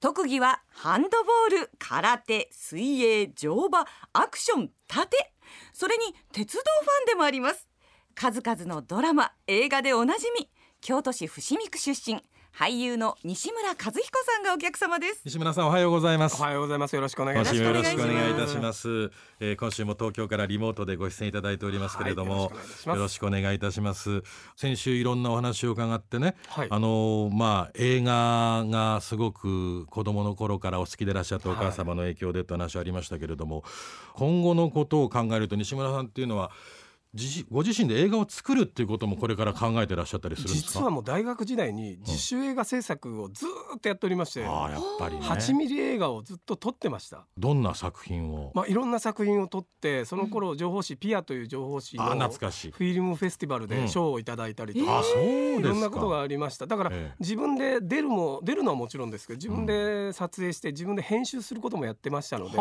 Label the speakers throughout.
Speaker 1: 特技はハンドボール空手水泳乗馬アクション盾それに鉄道ファンでもあります数々のドラマ映画でおなじみ京都市伏見区出身俳優の西村和彦さんがお客様です
Speaker 2: 西村さんおはようございます
Speaker 3: おはようございます。よろしくお願い
Speaker 2: 今
Speaker 3: します。。
Speaker 2: 週もよろしくお願いい
Speaker 1: よ
Speaker 2: たしますす、えー今週も東京からリモートでご出演いただいておりますけれども、
Speaker 3: はいよろしくお願
Speaker 2: よろしく
Speaker 3: いします
Speaker 2: お願いいたします先週いろんなお話を伺ってね、
Speaker 3: はい
Speaker 2: あのーまあ映画がすごく子供の頃からお好きでいらっしゃったお母様の影響でという話ありましたけれども、今後のことを考えると西村さんっていうのは自ご自身で映画を作るっていうこともこれから考えてらっしゃったりするんですか
Speaker 3: 実はもう大学時代に自主映画制作をずーっとやっておりまして、
Speaker 2: ああやっぱり
Speaker 3: 8
Speaker 2: ね
Speaker 3: ミリ映画をずっと撮ってました。
Speaker 2: どんな作品を、
Speaker 3: まあいろんな作品を撮って、その頃情報誌ピアという情報誌の
Speaker 2: あ
Speaker 3: フ
Speaker 2: あ懐かしい
Speaker 3: ィルムフェスティバル
Speaker 2: う
Speaker 3: で
Speaker 2: ん
Speaker 3: 賞をいただいたりと
Speaker 2: ああ
Speaker 3: か、
Speaker 2: そうですか
Speaker 3: いろんなことがありました。だから
Speaker 2: ええ
Speaker 3: 自分で出るも出るのはもちろんですけど、自分で撮影して自分で編集することもやってましたので、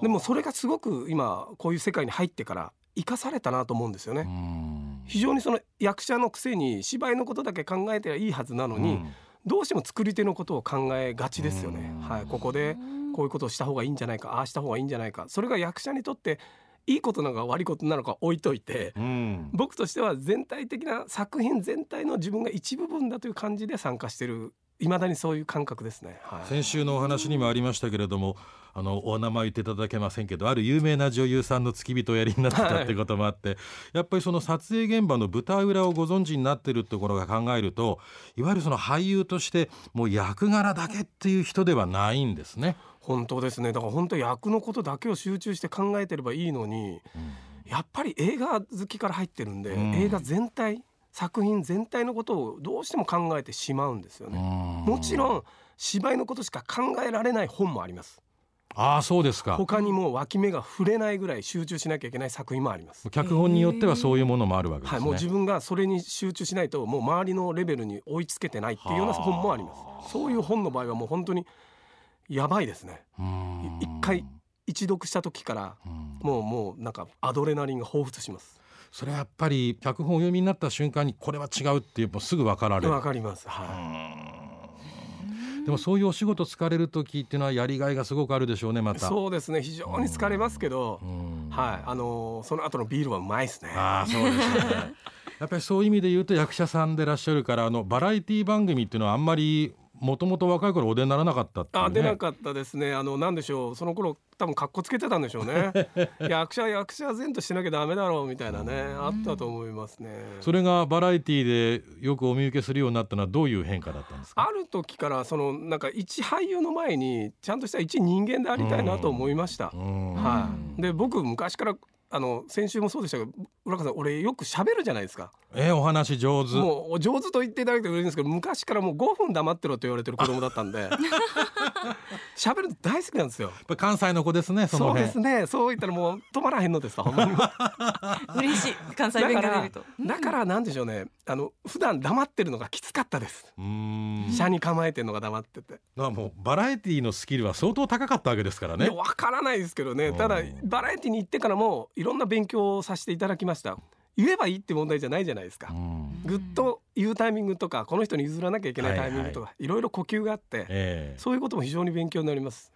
Speaker 3: でもそれがすごく今こういう世界に入ってから生かされたなと思うんですよね。
Speaker 2: うん
Speaker 3: 非常にその役者のくせに芝居のことだけ考えてはいいはずなのに、
Speaker 2: うん
Speaker 3: どうしても作り手のことを考えがちですよね
Speaker 2: うん。
Speaker 3: はい、ここでこういうことをした方がいいんじゃないかああした方がいいんじゃないかそれが役者にとっていいことなのか悪いことなのか置いといて
Speaker 2: うん
Speaker 3: 僕としては全体的な作品全体の自分が一部分だという感じで参加してる未だにそういう感覚ですね。はい、
Speaker 2: 先週のお話にもありましたけれどもあのお名前言っていただけませんけどある有名な女優さんの付き人をやりになってたってこともあって、やっぱりその撮影現場の舞台裏をご存知になってるところが考えるといわゆるその俳優としてもう役柄だけっていう人ではないんですね。
Speaker 3: 本当ですねだから本当役のことだけを集中して考えてればいいのに、やっぱり映画好きから入ってるんで、
Speaker 2: うん
Speaker 3: 映画全体作品全体のことをどうしても考えてしまうんですよね、も
Speaker 2: も
Speaker 3: ちろん芝居のことしか考えられない本もあります
Speaker 2: ああそうですか
Speaker 3: 他にも脇目が触れないぐらい集中しなきゃいけない作品もあります
Speaker 2: 脚本によってはそういうものもあるわけです
Speaker 3: は
Speaker 2: ね。
Speaker 3: い、もう自分がそれに集中しないともう周りのレベルに追いつけてないっていうような本もありますそういう本の場合はもう本当にやばいですね
Speaker 2: うん
Speaker 3: 一回一読した時から
Speaker 2: うん
Speaker 3: もうもうなんかアドレナリンが彷彿します
Speaker 2: それはやっぱり脚本をお読みになった瞬間にこれは違うっていうもうすぐ分かられる
Speaker 3: わかりますはい、
Speaker 2: でもそういうお仕事疲れる時っていうのはやりがいがすごくあるでしょうねまた。
Speaker 3: そうですね非常に疲れますけど、
Speaker 2: うん
Speaker 3: はいあのーその後のビールはうまいですね
Speaker 2: ああそう ですね。やっぱりそういう意味で言うと役者さんでいらっしゃるからあのバラエティ番組っていうのはあんまりもともと若い頃お出にならなかったっていう、ね。
Speaker 3: あ出なかったですねあのなんでしょうその頃多分格好つけてたんでしょう ね役者役者前としてなきゃダメだろうみたいなねあったと思いますね
Speaker 2: それがバラエティでよくお見受けするようになったのはどういう変化だったんですか。
Speaker 3: ある時からそのなんか一俳優の前にちゃんとした一人間でありたいなと思いました
Speaker 2: う、ん
Speaker 3: はいで僕昔からあの先週もそうでしたけど浦川さん俺よく喋るじゃないですか
Speaker 2: えお話上手。
Speaker 3: もうお上手と言っていただいて嬉しいんですけど昔からもう5分黙ってろと言われてる子供だっ たんで喋るの大好きなんですよ
Speaker 2: やっぱり関西の子ですねその
Speaker 3: そう
Speaker 2: 辺。
Speaker 3: ですねそう言ったらもう止まらへんのですわほんまにだか
Speaker 1: 嬉しい関西弁が出
Speaker 3: ら
Speaker 1: ると
Speaker 3: だからなんでしょうねあの普段黙ってるのがきつかったです
Speaker 2: うん。だか
Speaker 3: 車に構えてるのが黙ってて、
Speaker 2: らもうバラエティのスキルは相当高かったわけですから
Speaker 3: い
Speaker 2: ね
Speaker 3: や。わからないですけどねただ
Speaker 2: うん
Speaker 3: バラエティに行ってからもいろんな勉強をさせていただきました言えばいいって問題じゃないじゃないですか
Speaker 2: うん
Speaker 3: ぐっと言うタイミングとかこの人に譲らなきゃいけないタイミングとか、いろいろ呼吸があって、
Speaker 2: ええ
Speaker 3: そういうことも非常に勉強になります。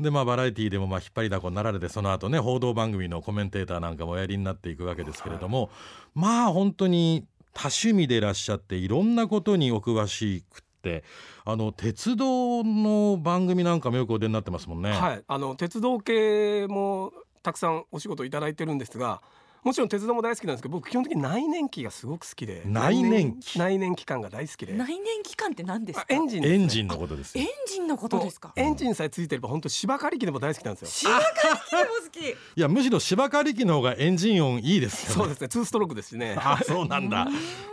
Speaker 2: でまあバラエティでもまあ引っ張りだこになられてその後ね報道番組のコメンテーターなんかもおやりになっていくわけですけれども、まあ本当に多趣味でいらっしゃっていろんなことにお詳しくってあの鉄道の番組なんかもよくお出になってますもんね。
Speaker 3: はい、あの鉄道系もたくさんお仕事いただいてるんですが、もちろん鉄道も大好きなんですけど、僕基本的に内燃機がすごく好きで、
Speaker 2: 内燃機
Speaker 3: 内燃機関が大好きで、
Speaker 1: 内燃機関って何です
Speaker 3: あ
Speaker 1: か
Speaker 3: エンジンです
Speaker 2: エ
Speaker 3: ね、
Speaker 2: ンジンのことです
Speaker 1: エ
Speaker 2: よ
Speaker 1: ンジンのことですか
Speaker 3: エンジンさえついてれば本当芝刈り機でも大好きなんですよ。
Speaker 1: 芝刈 り機でも好き
Speaker 2: いやむしろ芝刈り機の方がエンジン音いいです
Speaker 3: そ
Speaker 2: よ
Speaker 3: う
Speaker 2: ね。
Speaker 3: ですね、ツーストロークですしね。
Speaker 2: あそうなんだ。あ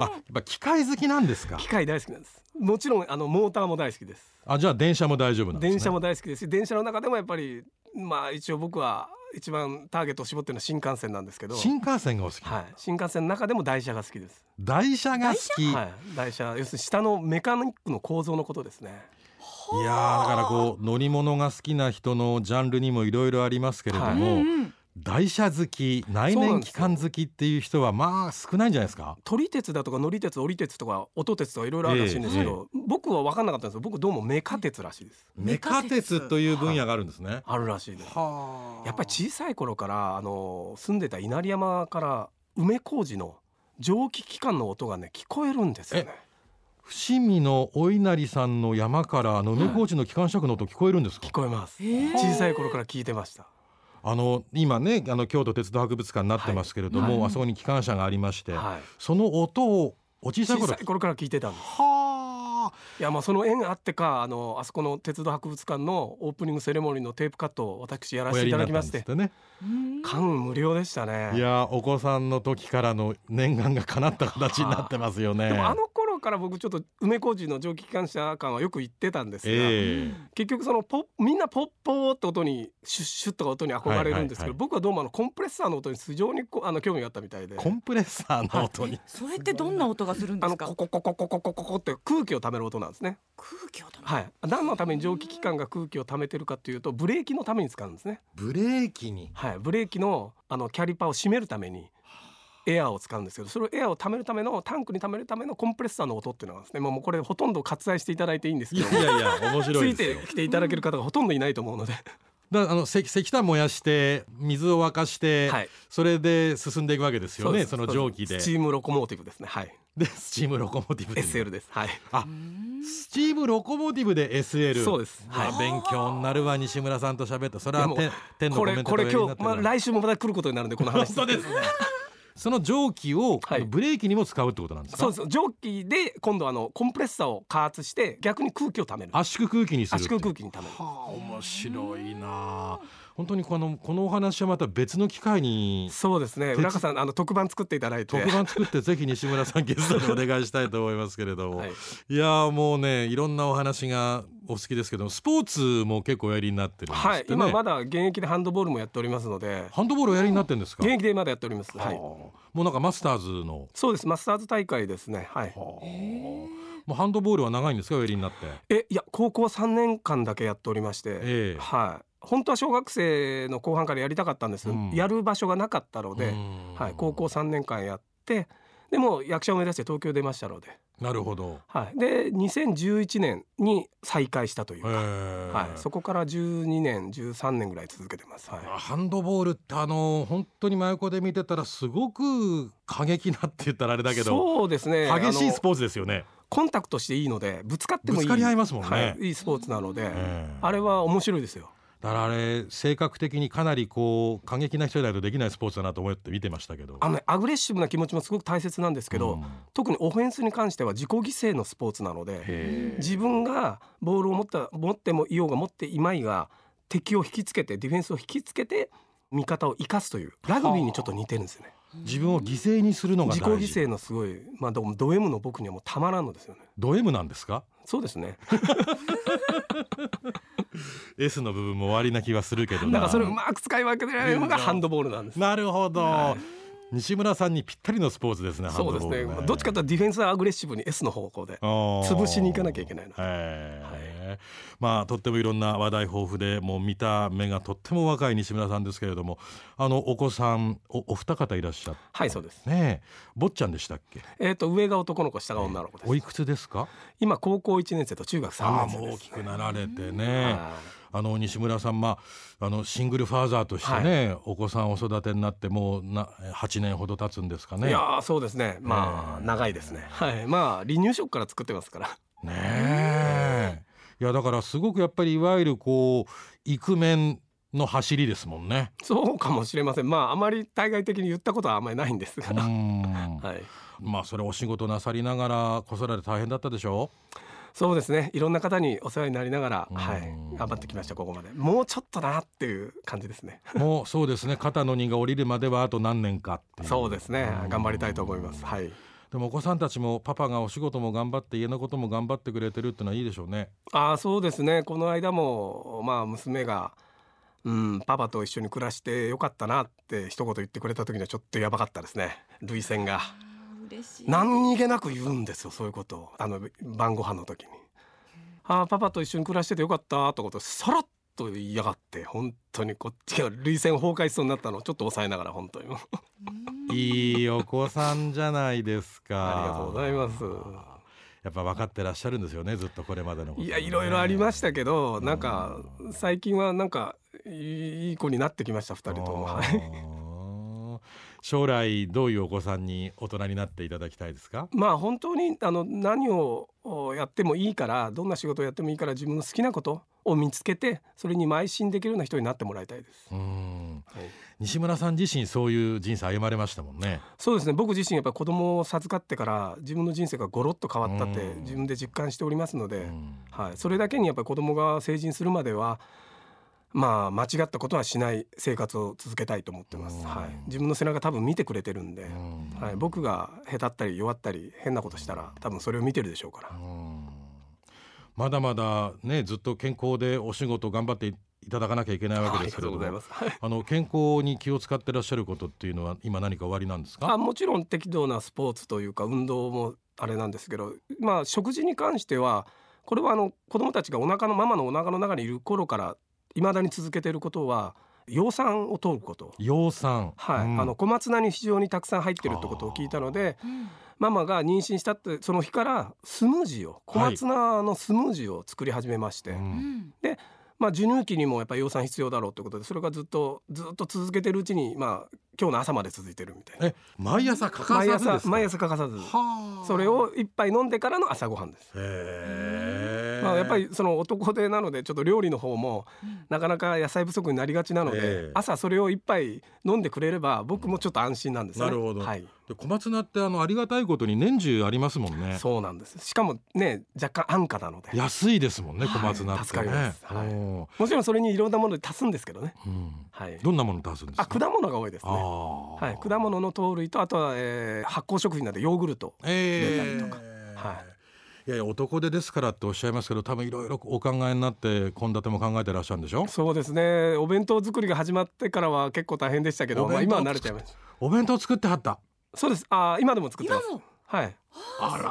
Speaker 2: やっぱ機械好きなんですか
Speaker 3: 機。械大好きなんです。もちろんあのモーターも大好きです。
Speaker 2: あじゃあ電車も大丈夫なんですね。
Speaker 3: 電車も大好きですし、電車の中でもやっぱりまあ一応僕は一番ターゲットを絞ってるのは新幹線なんですけど、
Speaker 2: 新幹線がお好き。
Speaker 3: はい、新幹線の中でも台車が好きです。
Speaker 2: 台車が好き。
Speaker 3: はい、台車要するに下のメカニックの構造のことですね。
Speaker 2: いやーだからこう乗り物が好きな人のジャンルにもいろいろありますけれども、
Speaker 1: うんうん
Speaker 2: 台車好き内
Speaker 3: そうな
Speaker 2: 燃
Speaker 3: んで
Speaker 2: 機
Speaker 3: すよ
Speaker 2: 関好きっていう人はまあ少ないんじゃないですか
Speaker 3: 撮り鉄だとか乗り鉄折り鉄とか音鉄とかいろいろあるらしいんですけど、僕は分かんなかったんですよ僕どうもメカ鉄らしいです
Speaker 2: メカ鉄という分野があるんですね。
Speaker 3: あるらしいです
Speaker 2: は
Speaker 3: やっぱり小さい頃からあの住んでた稲荷山から梅小路の蒸気機関の音がね聞こえるんですよね
Speaker 2: 伏見のお稲荷さんの山からあの梅高地の機関車の音聞こえるんですか
Speaker 3: 聞、こえます
Speaker 1: へえ
Speaker 3: 小さい頃から聞いてました
Speaker 2: あの今ねあの京都鉄道博物館になってますけれども、あそこに機関車がありまして、
Speaker 3: はい
Speaker 2: その音をお小さい
Speaker 3: 小
Speaker 2: 頃
Speaker 3: さい頃から聞いてたんです
Speaker 2: はあ
Speaker 3: いやまあその縁あってかあのあそこの鉄道博物館のオープニングセレモニーのテープカットを私やら
Speaker 2: お
Speaker 3: せ
Speaker 2: や
Speaker 3: てい
Speaker 2: り
Speaker 3: た
Speaker 2: にな
Speaker 3: だ
Speaker 2: っ
Speaker 3: き
Speaker 2: たん
Speaker 3: ま
Speaker 2: で
Speaker 3: し
Speaker 2: すっててね。
Speaker 1: うん
Speaker 3: 感無量でしたね
Speaker 2: いやーお子さんの時からの念願が叶った形になってますよね。
Speaker 3: でもあの頃から僕ちょっと梅小路の蒸気機関車館はよく行ってたんですが、
Speaker 2: え
Speaker 3: 結局そのポッみんなポッポーって音にシュッシュッとか音に憧れるんですけ
Speaker 2: はいはい
Speaker 3: ど、
Speaker 2: はい
Speaker 3: 僕はどうもあのコンプレッサーの音に非常にこうあの興味があったみたいで
Speaker 2: えコンプレッサーの音に
Speaker 1: それってどんな音がするんです
Speaker 3: あの
Speaker 1: か
Speaker 3: コココココココココって空気を溜める音なんですね。
Speaker 1: 空気を止める
Speaker 3: はい。何のために蒸気機関が空気を溜めてるかというとブレーキのために使うんですね。
Speaker 2: ブレーキに
Speaker 3: はい。ブレーキのあのキャリパーを締めるために。エアーを使うんですけどそれをエアーを溜めるためのタンクに溜めるためのコンプレッサーの音っていうのがあるんですねもうもうこれほとんど割愛していただいていいんです
Speaker 2: い
Speaker 3: け
Speaker 2: や
Speaker 3: ど
Speaker 2: いやいや面白
Speaker 3: つ
Speaker 2: い
Speaker 3: い
Speaker 2: です
Speaker 3: て
Speaker 2: よ。
Speaker 3: きていただける方がほとんどいないと思うので、
Speaker 2: だあの石石炭燃やして水を沸かして、
Speaker 3: はい
Speaker 2: それで進んでいくわけですよ
Speaker 3: う
Speaker 2: ね
Speaker 3: で
Speaker 2: そ
Speaker 3: す
Speaker 2: の
Speaker 3: う
Speaker 2: 蒸気で
Speaker 3: スチームロコモーティブですねはい
Speaker 2: でスチームロコモティブで
Speaker 3: SL ですはい
Speaker 2: スチームロコモティブで SL
Speaker 3: そうです
Speaker 2: まあ
Speaker 3: はい
Speaker 2: 勉強になるわ西村さんと喋ったそれは
Speaker 3: で
Speaker 2: 天
Speaker 3: も
Speaker 2: 天のコ
Speaker 3: こ
Speaker 2: メントお
Speaker 3: れこれ
Speaker 2: やりになっ
Speaker 3: 今日
Speaker 2: て
Speaker 3: ま
Speaker 2: も
Speaker 3: あ
Speaker 2: らう
Speaker 3: 来週もまた来ることになるんでこの話
Speaker 2: 本当ですねその蒸気を、
Speaker 3: はい
Speaker 2: ブレーキにも使うってことなんですか
Speaker 3: そうです蒸気で今度あのコンプレッサーを加圧して逆に空気を溜める
Speaker 2: 圧縮空気にするっ
Speaker 3: 圧
Speaker 2: ていう
Speaker 3: 縮空気に溜める
Speaker 2: はあ面白いなあ本当にこのこのお話はまた別の機会に
Speaker 3: そうです ね浦川さんあの特番作っていただいて
Speaker 2: 特番作ってぜひ西村さんゲストでお願いしたいと思いますけれども、
Speaker 3: はい
Speaker 2: い、やーもうねいろんなお話がお好きですけどスポーツも結構おやりになってるんですって、ね
Speaker 3: はい今まだ現役でハンドボールもやっておりますので
Speaker 2: ハンドボールおやりになってるんですか
Speaker 3: 現役でまだやっております
Speaker 2: は
Speaker 3: は
Speaker 2: あ
Speaker 3: い
Speaker 2: もうなんかマスターズの、
Speaker 3: そうですマスターズ大会ですねはい
Speaker 2: はあもうハンドボールは長いんですかおやりになって
Speaker 3: えいや高校3年間だけやっておりまして、
Speaker 2: ええ
Speaker 3: はい本当は小学生の後半からやりたかったんです、
Speaker 2: うん
Speaker 3: やる場所がなかったので、
Speaker 2: うん
Speaker 3: はい、高校3年間やってでもう役者を目指して東京出ましたので、
Speaker 2: なるほど、
Speaker 3: はい、で2011年に再開したという
Speaker 2: え
Speaker 3: か、
Speaker 2: え
Speaker 3: はい、そこから12年13年ぐらい続けてます、はい、
Speaker 2: ハンドボールってあの本当に真横で見てたらすごく過激なって言ったらあれだけど
Speaker 3: そうですね
Speaker 2: 激しいス
Speaker 3: ーツ
Speaker 2: ポーツですよね。
Speaker 3: コンタクトしていいのでぶつかってもい
Speaker 2: ぶ
Speaker 3: い
Speaker 2: つかり合いますもんね
Speaker 3: はい、いいスポーツなので、
Speaker 2: ええ
Speaker 3: あれは面白いですよ
Speaker 2: だからあれ性格的にかなりこう過激な人じゃないとできないスポーツだなと思って見てましたけど。
Speaker 3: あの、ね、アグレッシブな気持ちもすごく大切なんですけど、
Speaker 2: うん
Speaker 3: 特にオフェンスに関しては自己犠牲のスポーツなので
Speaker 2: へ
Speaker 3: 自分がボールを持った持ってもいようが持っていまいが敵を引きつけてディフェンスを引きつけて味方を生かすというラグビーにちょっと似てるんですよね
Speaker 2: え自分を犠牲にするのが
Speaker 3: 自己
Speaker 2: 大
Speaker 3: 犠
Speaker 2: 事。
Speaker 3: 牲のすごいまあどド M の僕にはもうたまらんのですよね
Speaker 2: ド M なんですか
Speaker 3: そうですね
Speaker 2: ？S の部分も終わりな気はするけど
Speaker 3: だ
Speaker 2: な。
Speaker 3: からそれをうまく使い分けてられるのがハンドボールなんです
Speaker 2: なるほど。西村さんにぴったりのスポーツですね。
Speaker 3: そうですね
Speaker 2: ハンドボール
Speaker 3: どっちかというとディフェンスはアグレッシブに S の方向で潰
Speaker 2: 潰
Speaker 3: しに行かなきゃいけないの
Speaker 2: えまあとってもいろんな話題豊富でもう見た目がとっても若い西村さんですけれどもあのお子さんおお二方いらっしゃっ
Speaker 3: はいそうです
Speaker 2: てねえ坊ちゃんでしたっけ
Speaker 3: えっ、と上が男の子下が女の子です、
Speaker 2: おいくつですか
Speaker 3: 今高校1年生と中学
Speaker 2: あ
Speaker 3: 3
Speaker 2: あ
Speaker 3: 年生
Speaker 2: も
Speaker 3: で
Speaker 2: う
Speaker 3: す
Speaker 2: 大きくなられてね
Speaker 3: は
Speaker 2: あの西村さんまああのシングルファーザーとしてね、お子さんをお育てになってもうな8年ほど経つんですかね。
Speaker 3: いやーそうですねまあ、
Speaker 2: ええ
Speaker 3: 長いですねはいまあ離乳食から作ってますから
Speaker 2: ねえいやだからすごくやっぱりいわゆるこうイクメンの走りですもんね。
Speaker 3: そうかもしれませんまああまり対外的に言ったことはあんまりないんですが、
Speaker 2: う
Speaker 3: は
Speaker 2: ん
Speaker 3: い、
Speaker 2: まあそれお仕事なさりながら子育て大変だったでしょ
Speaker 3: そうですねいろんな方にお世話になりながら、はい
Speaker 2: うん、
Speaker 3: 頑張ってきましたここまでもうちょっとだなっていう感じですね
Speaker 2: もうそうですね肩の荷が下りるまではあと何年かっていう
Speaker 3: そうですね頑張りたいと思いますはい
Speaker 2: でもお子さんたちもパパがお仕事も頑張って家のことも頑張ってくれてるってのはいいでしょうね
Speaker 3: ああそうですねこの間もまあ娘がうん、パパと一緒に暮らしてよかったなって一言言ってくれた時にはちょっとやばかったですね涙腺が
Speaker 1: 嬉しい
Speaker 3: 何気なく言うんですよそういうことをあの晩ご飯の時に「ああパパと一緒に暮らしててよかった」とかとさらっと言いやがって本当にこっちが涙腺崩壊しそうになったのをちょっと抑えながら本当にもう
Speaker 2: いいお子さんじゃないですか。
Speaker 3: ありがとうございます。
Speaker 2: やっぱ分かってらっしゃるんですよねずっとこれまでのこと、ね、
Speaker 3: いやいろいろありましたけどなんか最近はなんかいい子になってきました2人とも
Speaker 2: あ
Speaker 3: はい
Speaker 2: ー将来どういうお子さんに大人になっていただきたいですか
Speaker 3: まあ本当にあの何をおやってもいいからどんな仕事をやってもいいから自分の好きなことを見つけてそれに邁進できるような人になってもらいたいです、
Speaker 2: うん
Speaker 3: はい
Speaker 2: 西村さん自身そういう人生歩まれましたもんね
Speaker 3: そうですね僕自身やっぱ子供を授かってから自分の人生がゴロッと変わったって
Speaker 2: うん
Speaker 3: 自分で実感しておりますので、
Speaker 2: うん
Speaker 3: はい、それだけにやっぱり子供が成人するまではまあ間違ったことはしない生活を続けたいと思ってま
Speaker 2: うん
Speaker 3: す、はい、自分の背中多分見てくれてるんで、
Speaker 2: うん
Speaker 3: はい、僕がへたったり弱ったり変なことしたら多分それを見てるでしょうから
Speaker 2: うんまだまだねずっと健康でお仕事頑張っていただかなきゃいけないわけですけれども
Speaker 3: す、はい
Speaker 2: あの健康に気を使ってらっしゃることっていうのは今何か終わりなんですか
Speaker 3: あもちろん適度なスポーツというか運動もあれなんですけどまあ食事に関してはこれはあの子供たちがお腹のママのお腹の中にいる頃からいまだに続けていることは葉酸を取ること
Speaker 2: 養酸
Speaker 3: はい、
Speaker 2: うん
Speaker 3: あの小松菜に非常にたくさん入ってるってことを聞いたのでママが妊娠したってその日からスムージーを小松菜のスムージーを作り始めまして、
Speaker 2: うん
Speaker 3: まあ、授乳期にもやっぱり養酸必要だろうってことでそれがずっとずっと続けてるうちに、まあ、今日の朝まで続いてるみたいな
Speaker 2: え毎朝欠か
Speaker 3: 毎
Speaker 2: さずです
Speaker 3: 朝
Speaker 2: か
Speaker 3: 毎朝欠かさず
Speaker 2: はあ
Speaker 3: それを一杯飲んでからの朝ごはんです。
Speaker 2: へえ
Speaker 3: まあ、やっぱりその男手なのでちょっと料理の方もなかなか野菜不足になりがちなので、
Speaker 2: ええ
Speaker 3: 朝それを一杯飲んでくれれば僕もちょっと安心なんですよね。
Speaker 2: なるほど
Speaker 3: はい
Speaker 2: で小松菜ってあのありがたいことに年中ありますもんね
Speaker 3: そうなんです。しかもね、若干安価なので。
Speaker 2: 安いですもんね
Speaker 3: はい
Speaker 2: 小松菜って
Speaker 3: 助かり
Speaker 2: ね
Speaker 3: ますはい
Speaker 2: おー
Speaker 3: もちろんそれにいろんなもので足すんですけどね。
Speaker 2: うん
Speaker 3: はい。
Speaker 2: どんなもの足すんです
Speaker 3: あ、
Speaker 2: か
Speaker 3: 果物が多いですね。
Speaker 2: あー
Speaker 3: はい。果物の糖類とあとは、えー発酵食品なんでヨーグルト。
Speaker 2: ええ
Speaker 3: 入れたりとかはい
Speaker 2: いやいや男手ですからっておっしゃいますけど多分いろいろお考えになって献立も考えてらっしゃるんでしょ
Speaker 3: そうですね。お弁当作りが始まってからは結構大変でしたけど、
Speaker 2: お
Speaker 3: まあ
Speaker 2: 弁
Speaker 3: 今
Speaker 2: 当
Speaker 3: は慣れちゃいました。
Speaker 2: お弁当作ってはった
Speaker 3: そうです。あー、今でも作って
Speaker 1: 今
Speaker 3: ます。
Speaker 1: も
Speaker 3: はい。
Speaker 2: あら
Speaker 1: す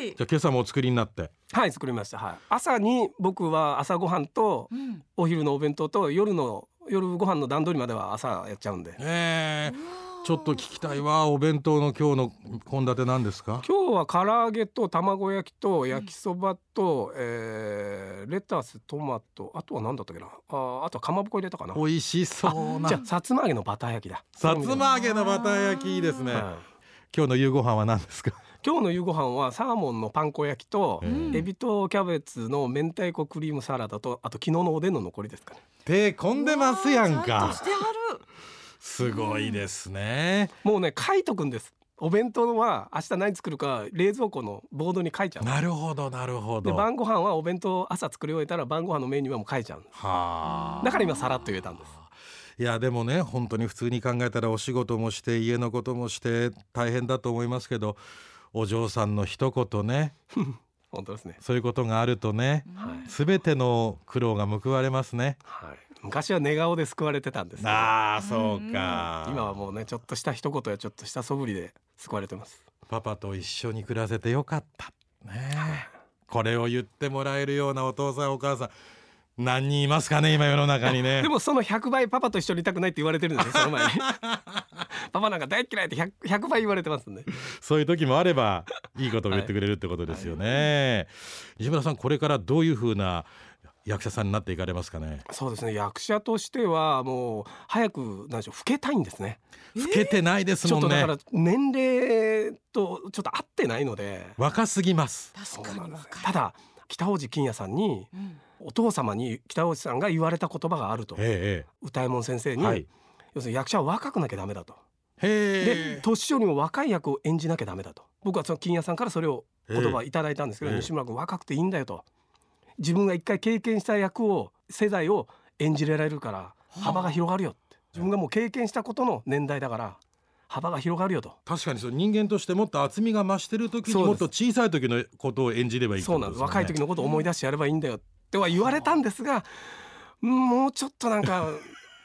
Speaker 1: ごい
Speaker 2: じゃあ今朝もお作りになって
Speaker 3: はい、作りました。はい。朝に僕は朝ごはんと
Speaker 1: うん
Speaker 3: お昼のお弁当と夜の夜ご飯の段取りまでは朝やっちゃうんで。
Speaker 2: ええちょっと聞きたいわお弁当の今日の献立なんですか
Speaker 3: 今日は唐揚げと卵焼きと焼きそばと、えーレタストマトあとは何だったっけなあーあとはかまぼこ入れたかな
Speaker 2: 美味しそうな
Speaker 3: じゃあさつま揚げのバター焼きだ
Speaker 2: さつま揚げのバター焼きいいですね。
Speaker 3: はい
Speaker 2: 今日の夕ご飯は何ですか。
Speaker 3: 今日の夕ご飯はサーモンのパン粉焼きと、
Speaker 1: ん
Speaker 3: エビとキャベツの明太子クリームサラダとあと昨日のおでんの残りですかね
Speaker 2: 手込んでますやん
Speaker 1: わあちゃんと
Speaker 2: か
Speaker 1: し。てはる
Speaker 2: すごいですね。
Speaker 3: もうね書いとくんですお弁当は明日何作るか冷蔵庫のボードに書いちゃう
Speaker 2: なるほどなるほ
Speaker 3: で
Speaker 2: ど。は
Speaker 3: 晩ご飯はお弁当朝作り終えたら晩ご飯のメニューはもう書いちゃうんです
Speaker 2: あ。
Speaker 3: だから今さらっと言えたんです
Speaker 2: いやでもね本当に普通に考えたらお仕事もして家のこともして大変だと思いますけどお嬢さんの一言ね
Speaker 3: 本当ですね
Speaker 2: そういうことがあるとね
Speaker 3: はい
Speaker 2: 全ての苦労が報われますね。
Speaker 3: はい、昔は寝顔で救われてたんですけど
Speaker 2: ああそうか。
Speaker 3: 今はもうねちょっとした一言やちょっとした素振りで救われてます
Speaker 2: パパと一緒に暮らせてよかった。ねえこれを言ってもらえるようなお父さんお母さん何人いますかね今世の中にね。
Speaker 3: でもその100倍パパと一緒にいたくないって言われてるんですよ その前にパパなんか大っ嫌いって 100, 100倍言われてますんで
Speaker 2: そういう時もあれ ばいいことを言ってくれるってことですよね。西村さんこれからどういう風な役者さんになっていかれますかね。
Speaker 3: そうですね役者としてはもう早くなんでしょう老けたいんですね
Speaker 2: 老けてないです
Speaker 3: ちょ
Speaker 2: も
Speaker 3: っと
Speaker 2: ん
Speaker 3: だか
Speaker 2: ね。
Speaker 3: ら年齢とちょっと合ってないので
Speaker 2: 若すぎます。
Speaker 1: 確
Speaker 3: そうな
Speaker 1: か
Speaker 3: ん
Speaker 1: に
Speaker 3: で
Speaker 1: わ
Speaker 3: す
Speaker 1: かる
Speaker 3: ただ北大路欣也さんに
Speaker 1: うん
Speaker 3: お父様に北大路さんが言われた言葉があると
Speaker 2: え
Speaker 3: 歌右衛門先生
Speaker 2: えええ
Speaker 3: に、
Speaker 2: はい。
Speaker 3: 要するに役者は若くなきゃダメだとで
Speaker 2: へえ。
Speaker 3: 年寄りも若い役を演じなきゃダメだと僕はその金谷さんからそれを言葉いただいたんですけど、
Speaker 2: ええ
Speaker 3: 西村君若くていいんだよと自分が一回経験した役を世代を演じられるから幅が広がるよって自分がもう経験したことの年代だから幅が広がるよと
Speaker 2: 確かにそう人間としてもっと厚みが増してる時に
Speaker 3: そう
Speaker 2: も
Speaker 3: で
Speaker 2: っ
Speaker 3: す
Speaker 2: と小さい時のことを演じればいいって
Speaker 3: そ
Speaker 2: こ
Speaker 3: う
Speaker 2: と
Speaker 3: なん
Speaker 2: で
Speaker 3: ですす
Speaker 2: よね
Speaker 3: 若い時のことを思い出してやればいいんだよっては言われたんですがもうちょっとなんか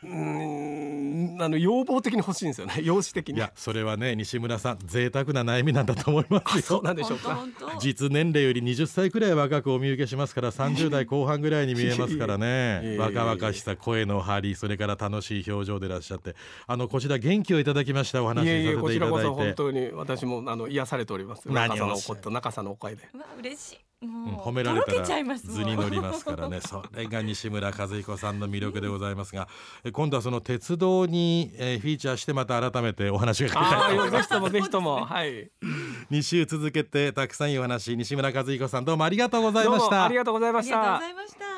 Speaker 3: うーんあの要望的に欲しいんですよね容姿的
Speaker 2: い
Speaker 3: に
Speaker 2: やそれはね西村さん贅沢な悩みなんだと思いま
Speaker 3: あ
Speaker 2: す
Speaker 3: そ
Speaker 2: よ
Speaker 3: うなんでし
Speaker 1: 本
Speaker 3: ょう
Speaker 1: 当
Speaker 3: か
Speaker 1: 本当。
Speaker 2: 実年齢より20歳くらい若くお見受けしますから30代後半ぐらいに見えますから
Speaker 3: いえい
Speaker 2: ね
Speaker 3: え
Speaker 2: 若々しさ声の張りそれから楽しい表情でいらっしゃってあのこちら元気をいただきましたお話
Speaker 3: い
Speaker 2: し
Speaker 3: えいえ
Speaker 2: させ
Speaker 3: こ
Speaker 2: て
Speaker 3: ち
Speaker 2: い
Speaker 3: ら
Speaker 2: た
Speaker 3: こ
Speaker 2: だ
Speaker 3: そ
Speaker 2: い
Speaker 3: 本
Speaker 2: て
Speaker 3: 当に私もあの癒されております
Speaker 2: 何
Speaker 3: 中
Speaker 2: を
Speaker 3: さん
Speaker 2: お
Speaker 3: の
Speaker 2: っ
Speaker 3: お
Speaker 2: しゃ
Speaker 3: こ
Speaker 2: る
Speaker 3: と中さんのお声 で
Speaker 1: うわ嬉しい。
Speaker 2: うん
Speaker 1: もう
Speaker 2: 褒められた
Speaker 1: とろけちゃい
Speaker 2: ら
Speaker 1: ますもん
Speaker 2: 図に乗りますからね それが西村和彦さんの魅力でございますがえ今度はその鉄道に、えーフィーチャーしてまた改めてお話が聞きたい
Speaker 3: ああぜひともぜひともはい
Speaker 2: 2週続けてたくさんいいお話西村和彦さんどうもありがとうござい
Speaker 3: どう
Speaker 2: まし
Speaker 3: も
Speaker 2: た
Speaker 3: ありがとうござ い
Speaker 1: あ
Speaker 3: ま
Speaker 1: り
Speaker 3: し
Speaker 1: がとうご
Speaker 3: た
Speaker 1: ざいました。